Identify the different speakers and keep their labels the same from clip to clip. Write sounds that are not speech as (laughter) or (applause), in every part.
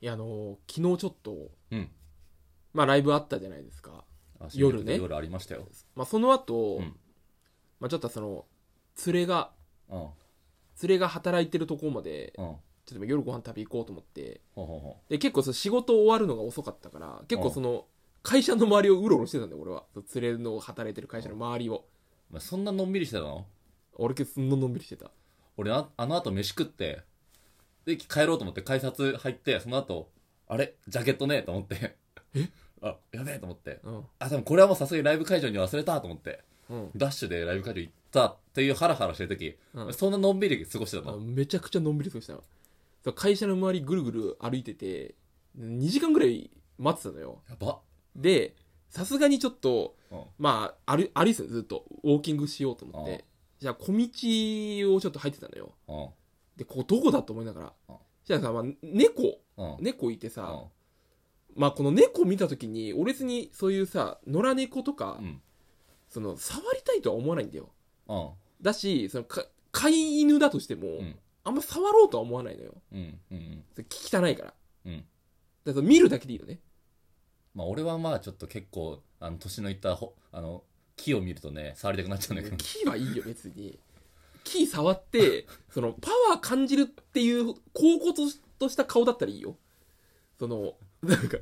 Speaker 1: いやあの昨日ちょっと、
Speaker 2: うん
Speaker 1: まあライブあったじゃないですか、
Speaker 2: あ
Speaker 1: 夜ね
Speaker 2: 夜ありましたよ
Speaker 1: まあ、その後、
Speaker 2: うん
Speaker 1: まあちょっとその連れが
Speaker 2: うん
Speaker 1: 連れが働いてるところまで
Speaker 2: うん
Speaker 1: ちょっと夜ご飯食べ行こうと思って
Speaker 2: ほうほうほ
Speaker 1: で結構その仕事終わるのが遅かったから結構その会社の周りをうろうろしてたんだよ俺は連れの働いてる会社の周りを
Speaker 2: う、まあ、そんなのんびりしてたの
Speaker 1: 俺結構そんなのんびりしてた
Speaker 2: 俺ああの後飯食ってで帰ろうと思って改札入ってその後あれジャケットねえと思ってえ (laughs) あやべえと思って
Speaker 1: うん
Speaker 2: あでもこれはもうさすがにライブ会場に忘れたと思って
Speaker 1: うん
Speaker 2: ダッシュでライブ会場行ったっていうハラハラしてる時、
Speaker 1: うん
Speaker 2: そんなのんびり過ごしてた
Speaker 1: あ
Speaker 2: の
Speaker 1: めちゃくちゃのんびり過ごしたのそう会社の周りぐるぐる歩いてて2時間ぐらい待ってたのよ
Speaker 2: やば、
Speaker 1: でさすがにちょっと
Speaker 2: うん、
Speaker 1: まあ歩歩いてたのずっとウォーキングしようと思っ
Speaker 2: ああ
Speaker 1: てじゃあ小道をちょっと入ってたのよ
Speaker 2: うん
Speaker 1: でここどこだと思いながら
Speaker 2: ああ
Speaker 1: じゃあさ、まあ、猫
Speaker 2: うん
Speaker 1: 猫いて
Speaker 2: う
Speaker 1: さ、
Speaker 2: ん
Speaker 1: まあこの猫見た時に俺別にそういうさ野良猫とか、
Speaker 2: うん
Speaker 1: その触りたいとは思わないんだよ
Speaker 2: うん
Speaker 1: だしそのか飼い犬だとしても、
Speaker 2: ん
Speaker 1: あんま触ろうとは思わないのよ
Speaker 2: うんうん
Speaker 1: それ汚いから,、
Speaker 2: うん
Speaker 1: だから見るだけでいいのね
Speaker 2: まあ俺はまあちょっと結構あの年のいったほあの木を見るとね触りたくなっちゃうんだけど
Speaker 1: 木はいいよ別に木触
Speaker 2: (laughs)
Speaker 1: ってそのパワー感じるっていう高骨とした顔だったらいいよそのなんか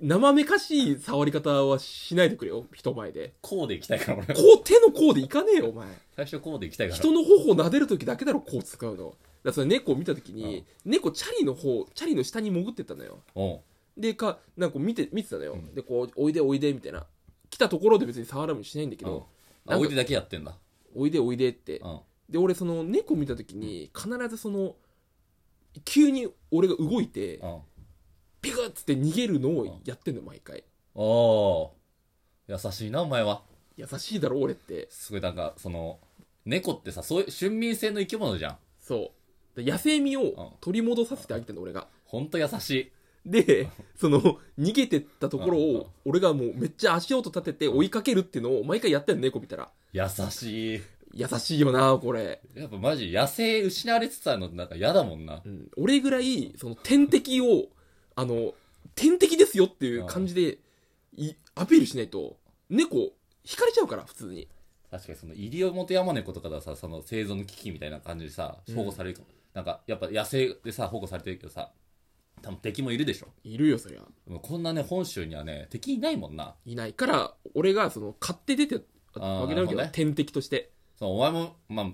Speaker 1: 生めかしい触り方はしないでくれよ人前で
Speaker 2: こうで行きたいから俺は
Speaker 1: こう手の甲でいかねえよお前
Speaker 2: 最初こうで行きたいから
Speaker 1: 人の頬を撫でる時だけだろこう使うのだからその猫を見た時に、猫チャリの方チャリの下に潜ってったのよ
Speaker 2: おう
Speaker 1: でかなんか見て見てたのよ、
Speaker 2: うん
Speaker 1: でこうおいでおいでみたいな来たところで別に触らもしないんだけど、
Speaker 2: うんあおいでだけやってんだ
Speaker 1: おいでおいでって
Speaker 2: うん
Speaker 1: で俺その猫見た時に必ずその急に俺が動いて
Speaker 2: うん
Speaker 1: ピクッつって逃げるのをやってんの毎回
Speaker 2: おお優しいなお前は
Speaker 1: 優しいだろ俺って
Speaker 2: すごいなんかその猫ってさそういう春眠性の生き物じゃん
Speaker 1: そうで野生味を取り戻させてあげてんの俺が
Speaker 2: ほんと優しい
Speaker 1: で、その、逃げてったところ
Speaker 2: うんうん
Speaker 1: を、俺がもうめっちゃ足音立てて追いかけるっていうのを毎回やったよ、猫見たら。
Speaker 2: 優しい
Speaker 1: 優しいよな、これ。
Speaker 2: やっぱマジ野生失われつつあるのってなんか嫌だもんな
Speaker 1: うん。俺ぐらい、その、天敵を、あの、天敵ですよっていう感じで、いアピールしないと、猫、引かれちゃうから、普通に。
Speaker 2: 確かにその西表山猫とかださその生存危機みたいな感じでさ
Speaker 1: うん
Speaker 2: 保護されるか、なんかやっぱ野生でさ保護されてるけどさ多分敵もいるでしょ
Speaker 1: いるよ、そりゃ。
Speaker 2: でもこんなね本州にはね敵いないもんない
Speaker 1: ないから、俺が、その、買って出てたわけだけ
Speaker 2: あーなるほど
Speaker 1: ど、
Speaker 2: ね
Speaker 1: 天敵として。
Speaker 2: そのお前もまあ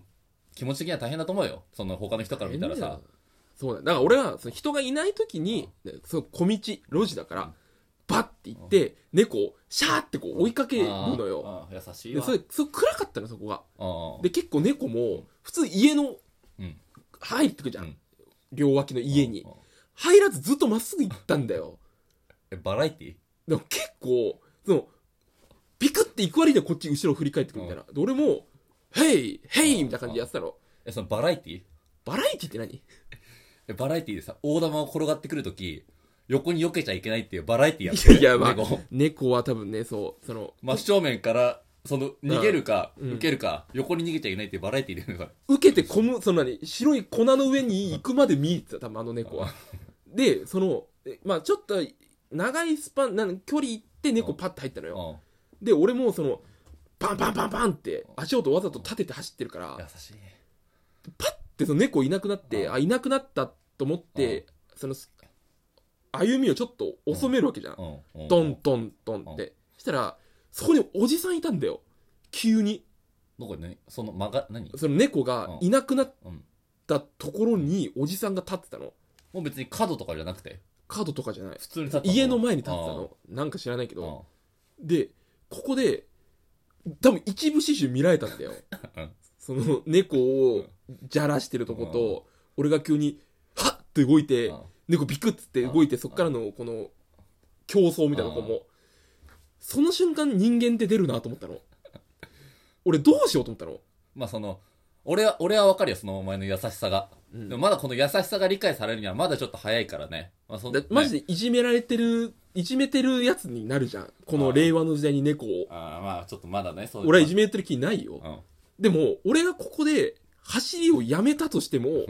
Speaker 2: 気持ち的には大変だと思うよその他の人から見たら
Speaker 1: 変だ
Speaker 2: さ
Speaker 1: よそうだよだから俺はその人がいない時にその小道路地だからバッて行って猫をシャーってこう追いかけるのよ
Speaker 2: あーあー優しい
Speaker 1: で
Speaker 2: わ
Speaker 1: それそれ暗かったのそこが
Speaker 2: ああ
Speaker 1: で結構猫も普通家の
Speaker 2: うん
Speaker 1: 入ってくじゃ
Speaker 2: うんん
Speaker 1: 両脇の家に
Speaker 2: うんうん
Speaker 1: 入らずずっとまっすぐ行ったんだよ
Speaker 2: えバラエティ
Speaker 1: でも結構そのビクって行く割にはこっち後ろ振り返ってくるみたいなで俺も「ヘイヘイ!」みたいな感じでやってたの
Speaker 2: えそのバラエティ
Speaker 1: バラエティって何
Speaker 2: えバラエティでさ大玉を転がってくるとき横に避けちゃいけないっていうバラエティやっ
Speaker 1: い
Speaker 2: て
Speaker 1: やいやまあ
Speaker 2: 猫
Speaker 1: 猫は多分ねそうその
Speaker 2: 真正面からその逃げるか、
Speaker 1: うん
Speaker 2: 受けるか横に逃げちゃいけないっていうバラエティーでから
Speaker 1: 受けてこむ、その何、白い粉の上に行くまで見えてた、多分あの猫は。で、その、えまあちょっと、長いスパン、なん距離行って猫パッと入ったのよ。
Speaker 2: う
Speaker 1: で、俺もその、パンパンパンパンって足音わざと立てて走ってるから
Speaker 2: ん、優、しい
Speaker 1: パッてその猫いなくなって、
Speaker 2: うん
Speaker 1: あ、いなくなったと思って、その、歩みをちょっと遅めるわけじゃん。
Speaker 2: うんうん
Speaker 1: トントントンって。したら、そこにおじさんいたんだよ。急に。
Speaker 2: どこねその曲が何
Speaker 1: その猫がいなくなっ
Speaker 2: うん
Speaker 1: たところにおじさんが立ってたの。
Speaker 2: もう別に角とかじゃなくて
Speaker 1: カードとかじゃない
Speaker 2: 普通に立った
Speaker 1: 家の前に立ってたのなんか知らないけ
Speaker 2: うん
Speaker 1: どでここで多分一部始終見られたんだよ
Speaker 2: (laughs) うん
Speaker 1: その猫をじゃらしてるとこと俺が急にハッて動いて
Speaker 2: うん
Speaker 1: 猫ビクッつって動いてそっからのこの競争みたいな子もその瞬間人間って出るなと思ったの (laughs) 俺どうしようと思ったの
Speaker 2: まあその俺は俺は分かるよそのお前の優しさが、
Speaker 1: うん
Speaker 2: でもまだこの優しさが理解されるにはまだちょっと早いからね、まあ、そん
Speaker 1: だ
Speaker 2: ね
Speaker 1: マジでいじめられてるいじめてるやつになるじゃんこの令和の時代に猫を
Speaker 2: ああまあちょっとまだねそう
Speaker 1: 俺はいじめてる気ないよ
Speaker 2: うん
Speaker 1: でも、俺がここで走りをやめたとしても、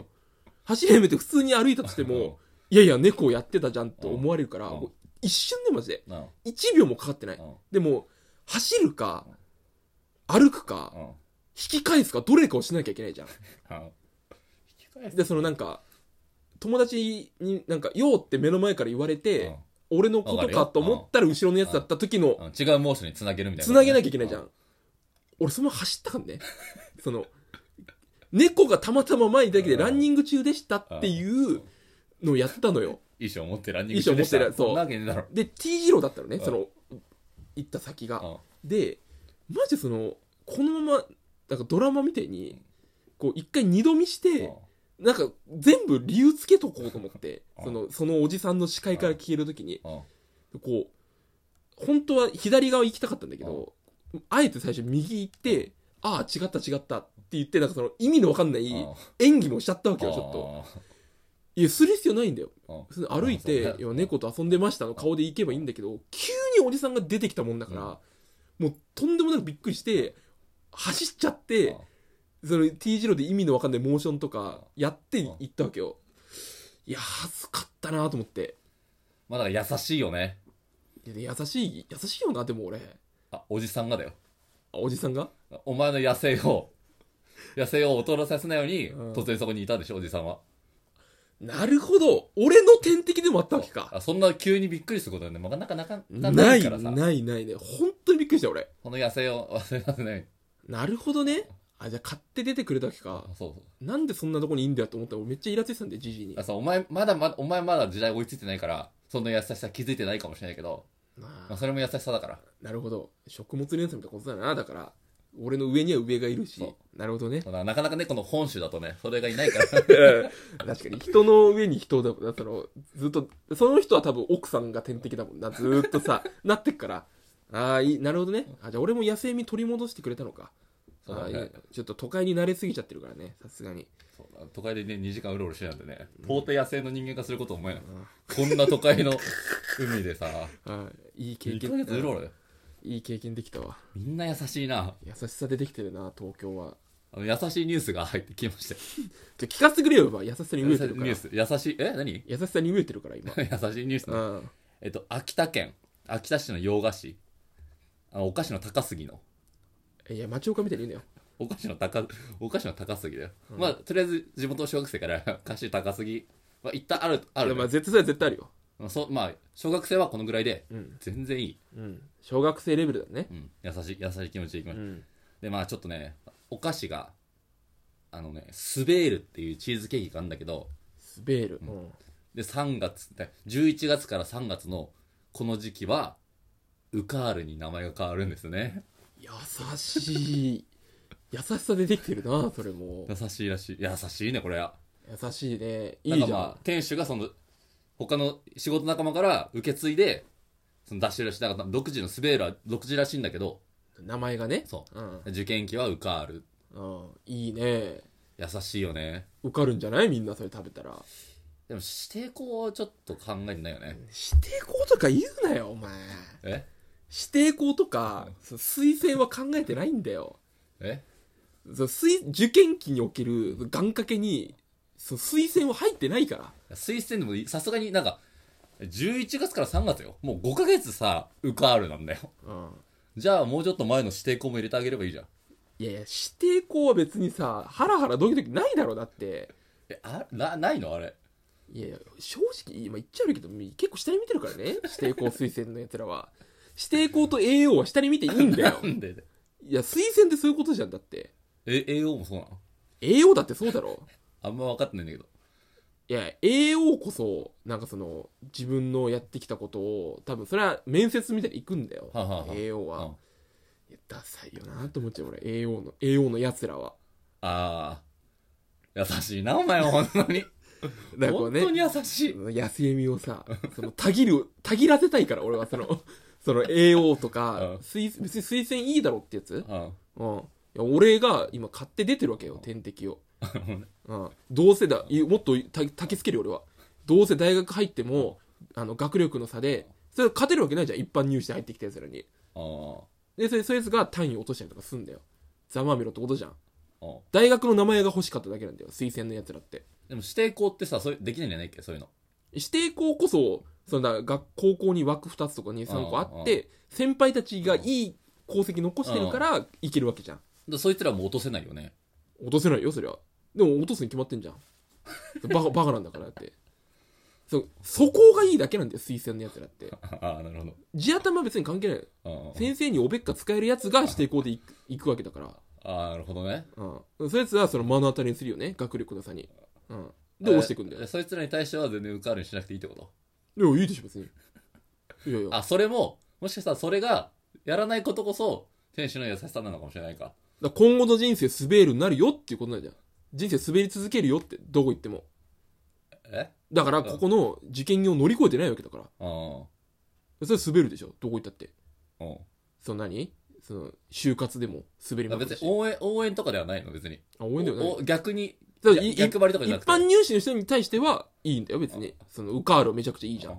Speaker 1: 走りやめて普通に歩いたとしても、いやいや、猫やってたじゃんと思われるから、
Speaker 2: うん
Speaker 1: もう一瞬でマジで、
Speaker 2: うんうん
Speaker 1: 1秒もかかってない。でも、走るか、歩くか、
Speaker 2: うん
Speaker 1: 引き返すか、どれかをしなきゃいけないじ
Speaker 2: (laughs)
Speaker 1: ゃん。
Speaker 2: うん引き返す
Speaker 1: で、そのなんか、友達になんか、ようって目の前から言われ
Speaker 2: う
Speaker 1: て
Speaker 2: ん、
Speaker 1: 俺のことかと思ったら後ろのやつだった時の、
Speaker 2: うん違うモーションにつなげるみたいな
Speaker 1: つ
Speaker 2: こと
Speaker 1: な
Speaker 2: ね、
Speaker 1: げなきゃいけないじゃん。俺、そのまま走ったからね。その、猫がたまたま前にだけで
Speaker 2: うん
Speaker 1: ランニング中でしたっていうのをやったのよ。
Speaker 2: 衣装持ってランニングしてた
Speaker 1: 衣装持ってるそう
Speaker 2: そんなわけねえだろ
Speaker 1: で、T 字路だったのね、
Speaker 2: うん
Speaker 1: その、行った先が。
Speaker 2: うん
Speaker 1: でマジでそのこのままなんかドラマみたいにこう一回二度見してなんか全部理由つけとこうと思
Speaker 2: (laughs)
Speaker 1: って
Speaker 2: うん
Speaker 1: そのそのおじさんの視界から消える時に
Speaker 2: うんうん
Speaker 1: こう本当は左側行きたかったんだけどあえて最初右行ってああ違った違ったって言ってなんかその意味のわかんない
Speaker 2: うん
Speaker 1: 演技もしちゃったわけよちょっといやする必要ないんだよ
Speaker 2: うん
Speaker 1: 普通に歩いて
Speaker 2: うんそうね
Speaker 1: いや猫と遊んでましたの顔で行けばいいんだけど急におじさんが出てきたもんだから、もうとんでもなくびっくりして走っちゃって、その T 字路で意味のわかんないモーションとかやって
Speaker 2: うん
Speaker 1: 行ったわけよいや恥ずかったなと思って
Speaker 2: まあだから優しいよね
Speaker 1: いや優しい優しいよなでも俺
Speaker 2: あおじさんがだよ
Speaker 1: あおじさんが
Speaker 2: お前の野生を野生を劣らさせないように、
Speaker 1: うん
Speaker 2: 突然そこにいたでしょおじさんは
Speaker 1: なるほど俺の天敵でもあったわけか
Speaker 2: あそんな急にびっくりすることはねなかなかなかな
Speaker 1: ない
Speaker 2: からさ
Speaker 1: ないないね本当にびっくりした俺
Speaker 2: この野生を (laughs) 忘れらせない
Speaker 1: なるほどねあじゃあ買って出てくれたわけか
Speaker 2: あそうそう
Speaker 1: なんでそんなとこにいいんだよと思ったら俺めっちゃイラついてたんでじじいに
Speaker 2: あそうお前まだまだお前まだ時代追いついてないからその優しさ気づいてないかもしれないけど、
Speaker 1: ま
Speaker 2: まあ、
Speaker 1: あ、
Speaker 2: それも優しさだから
Speaker 1: なるほど食物連鎖みたいなことだなだから俺の上には上がいるし
Speaker 2: そ
Speaker 1: なるほどね
Speaker 2: ただなかなかねこの本州だとねそれがいない
Speaker 1: (laughs)
Speaker 2: から
Speaker 1: 確かに人の上に人だだったのずっとその人は多分奥さんが天敵だもんなずーっとさなってっからああいいなるほどねあじゃあ俺も野生味取り戻してくれたのか
Speaker 2: そうだ
Speaker 1: あーい
Speaker 2: ね
Speaker 1: いちょっと都会に慣れすぎちゃってるからねさすがに
Speaker 2: そうだ都会でね2時間うろうろしてなんてね到底野生の人間化すること思えない、こんな都会の海でさ
Speaker 1: あーいい経
Speaker 2: 1ヶ
Speaker 1: 験
Speaker 2: 月うろうろだよ
Speaker 1: いい経験できたわ
Speaker 2: みんな優しいな
Speaker 1: 優しさでできてるな東京は
Speaker 2: あの優しいニュースが入ってきましたよ
Speaker 1: じゃあ聞かせてくれよば優しさに飢
Speaker 2: 優
Speaker 1: え
Speaker 2: しい
Speaker 1: て
Speaker 2: ニ
Speaker 1: る
Speaker 2: ュ
Speaker 1: から
Speaker 2: ース優しいえ何 (laughs)
Speaker 1: 優しさに飢えてるから今
Speaker 2: 優しいニュース、
Speaker 1: うん
Speaker 2: えっと秋田県秋田市の洋菓子あのお菓子の高杉の
Speaker 1: いや町岡みたいに言うなよ
Speaker 2: お菓子の高お菓子の高杉だよ、まあとりあえず地元の小学生から「菓子高杉」まあ一旦あるあ
Speaker 1: いや
Speaker 2: る、
Speaker 1: まあ絶対絶対あるよ
Speaker 2: そうまあ小学生はこのぐらいで、
Speaker 1: ん
Speaker 2: 全然いい、
Speaker 1: うん小学生レベルだね
Speaker 2: うん、優しい優しい気持ちでいきまし
Speaker 1: う
Speaker 2: た、
Speaker 1: ん
Speaker 2: でまあちょっとねお菓子があのねスベールっていうチーズケーキがあるんだけど
Speaker 1: スベールうん
Speaker 2: で3月で11月から3月のこの時期はウカールに名前が変わるんですね
Speaker 1: 優しい優しさでできてるなそれも
Speaker 2: 優しいらしい優しいねこれは
Speaker 1: 優しいね
Speaker 2: な
Speaker 1: い
Speaker 2: いんか
Speaker 1: じ
Speaker 2: ま
Speaker 1: ゃ
Speaker 2: あ店主がその他の仕事仲間から受け継いでその出してるらしいだから独自のスベールは独自らしいんだけど
Speaker 1: ん名前がね
Speaker 2: そ
Speaker 1: うん
Speaker 2: う受験期はウカール
Speaker 1: うんいいね
Speaker 2: 優しいよね
Speaker 1: 受かるんじゃないみんなそれ食べたら
Speaker 2: でも指定校はちょっと考えてないよね
Speaker 1: 指定校とか言うなよお前
Speaker 2: え
Speaker 1: 指定校とかそう推薦は考えてないんだよ
Speaker 2: え
Speaker 1: そう推受験期における願掛けにそう推薦は入ってないから
Speaker 2: 推薦でもさすがになんか11月から3月よもう5ヶ月さウカールなんだよ
Speaker 1: うん
Speaker 2: じゃあもうちょっと前の指定校も入れてあげればいいじゃん
Speaker 1: いやいや、指定校は別にさ、ハラハラドキドキないだろ、だって。
Speaker 2: えあなないのあれ
Speaker 1: いやいや、正直、今言っちゃうけど、結構下に見てるからね。 (laughs) 指定校推薦のやつらは。指定校と AO は下に見ていいん
Speaker 2: (laughs)
Speaker 1: だよ。
Speaker 2: なんで
Speaker 1: いや、推薦ってそういうことじゃん、だって。
Speaker 2: え AO もそうなの
Speaker 1: AO だってそうだろ。
Speaker 2: あんま分かってないんだけど
Speaker 1: いや、AO こそ、なんかその、自分のやってきたことを、多分それは面接みたいに行くんだよ。
Speaker 2: はあはあはあ
Speaker 1: AO
Speaker 2: うん
Speaker 1: は。いやダサいよなと思っちゃう、俺。AO の、AO のやつらは。
Speaker 2: ああ、優しいな、お前は、ほんとに。
Speaker 1: だからこう
Speaker 2: 本
Speaker 1: ね
Speaker 2: 当に優しい。
Speaker 1: 安江美をさ、その、たぎる、たぎらせたいから、俺はその、その、AO と
Speaker 2: (laughs) うん
Speaker 1: か、推別に推薦いいだろってやつ
Speaker 2: うん。
Speaker 1: うん。いや俺が今買って出てるわけよ、天敵 (laughs) を。うん。どうせだ、いもっとたたきつけるよ、俺は。どうせ大学入っても、あの、学力の差で、それ勝てるわけないじゃん、一般入試で入ってきた奴らに。
Speaker 2: あー
Speaker 1: で、それ、そいつが単位落としたりとかすんだよ。ざまあみろってことじゃん。
Speaker 2: あー。
Speaker 1: 大学の名前が欲しかっただけなんだよ、推薦の奴らって。
Speaker 2: でも指定校ってさ、そういうできないんじゃないっけそういうの。
Speaker 1: い指定校こそ、そんな学高校に枠2つとか2、3個あって、先輩たちがいい功績残してるから、いけるわけじゃん。
Speaker 2: でそいつらも落とせないよね。
Speaker 1: 落とせないよ、そりゃ。でも落とすに決まってんじゃん。バカ、 (laughs) バカなんだからだって。そう、素行がいいだけなんだよ、推薦の奴らって。
Speaker 2: ああ、なるほど
Speaker 1: 地頭は別に関係ない。
Speaker 2: うんうん。
Speaker 1: 先生におべっか使えるやつが指定校で行く行くわけだから。
Speaker 2: ああ、なるほどね。
Speaker 1: うん。そういうやつはその目の当たりにするよね、学力の差に。うん。で、落ちてくんだよ
Speaker 2: え。そいつらに対しては全然受かるようにしなくていいってこと
Speaker 1: いや、いいでしょ、別に。いやいや。
Speaker 2: あ、それも、もしかしたらそれが、やらないことこそ、選手の優しさなのかもしれないか。
Speaker 1: だから今後の人生滑るになるよっていうことなんじゃん。人生滑り続けるよって、どこ行っても。
Speaker 2: え
Speaker 1: だから、ここの受験業を乗り越えてないわけだから。
Speaker 2: うん。
Speaker 1: それ滑るでしょ、どこ行ったって。
Speaker 2: うん。
Speaker 1: その何その、就活でも滑り
Speaker 2: あ
Speaker 1: まく
Speaker 2: 別
Speaker 1: る
Speaker 2: に
Speaker 1: し。
Speaker 2: 応援、応援とかではないの、別に。
Speaker 1: あ、応援だよね。
Speaker 2: お逆に、
Speaker 1: だからい
Speaker 2: 逆逆張りとかじゃな
Speaker 1: 一
Speaker 2: くて。
Speaker 1: 般入試の人に対してはいいんだよ、別に。その、受かるめちゃくちゃいいじゃん。い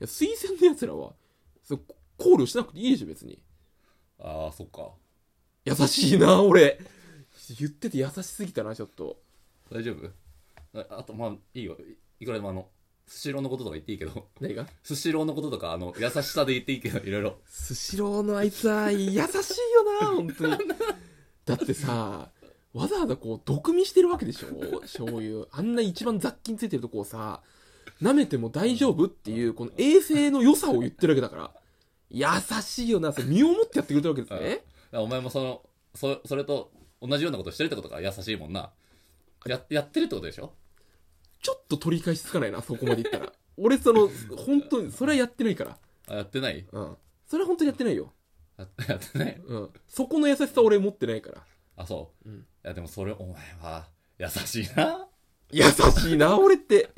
Speaker 1: や、推薦の奴らは、そう考慮しなくていいでしょ、別に。
Speaker 2: ああ、そっか。
Speaker 1: 優しいな、俺。言ってて優しすぎたな、ちょっと。
Speaker 2: 大丈夫ああと、まあ、いいよ。いいくらでもあの、スシローのこととか言っていいけど、 (laughs)
Speaker 1: 何が
Speaker 2: スシローのこととか、あの、優しさで言っていいけど、いろいろ。
Speaker 1: スシローのあいつは優しいよな、本当に。だってさ、わざわざこう、毒味してるわけでしょ醤油。あんな一番雑菌ついてるとこをさ、舐めても大丈夫っていう、この衛生の良さを言ってるわけだから。優しいよな、それ身をもってやってくれてるわけですね。
Speaker 2: あお前もそのそそれと同じようなことしてるってことが優しいもんなややってるってことでしょ
Speaker 1: ちょっと取り返しつかないな、そこまでいったら。俺、その、本当に、それはやってないから。
Speaker 2: あやってない
Speaker 1: うん。それは本当にやってないよ。
Speaker 2: ややってない
Speaker 1: うん。そこの優しさ俺持ってないから。
Speaker 2: あそう、
Speaker 1: うん
Speaker 2: いやでもそれお前は優しいな
Speaker 1: 優しいな、俺って。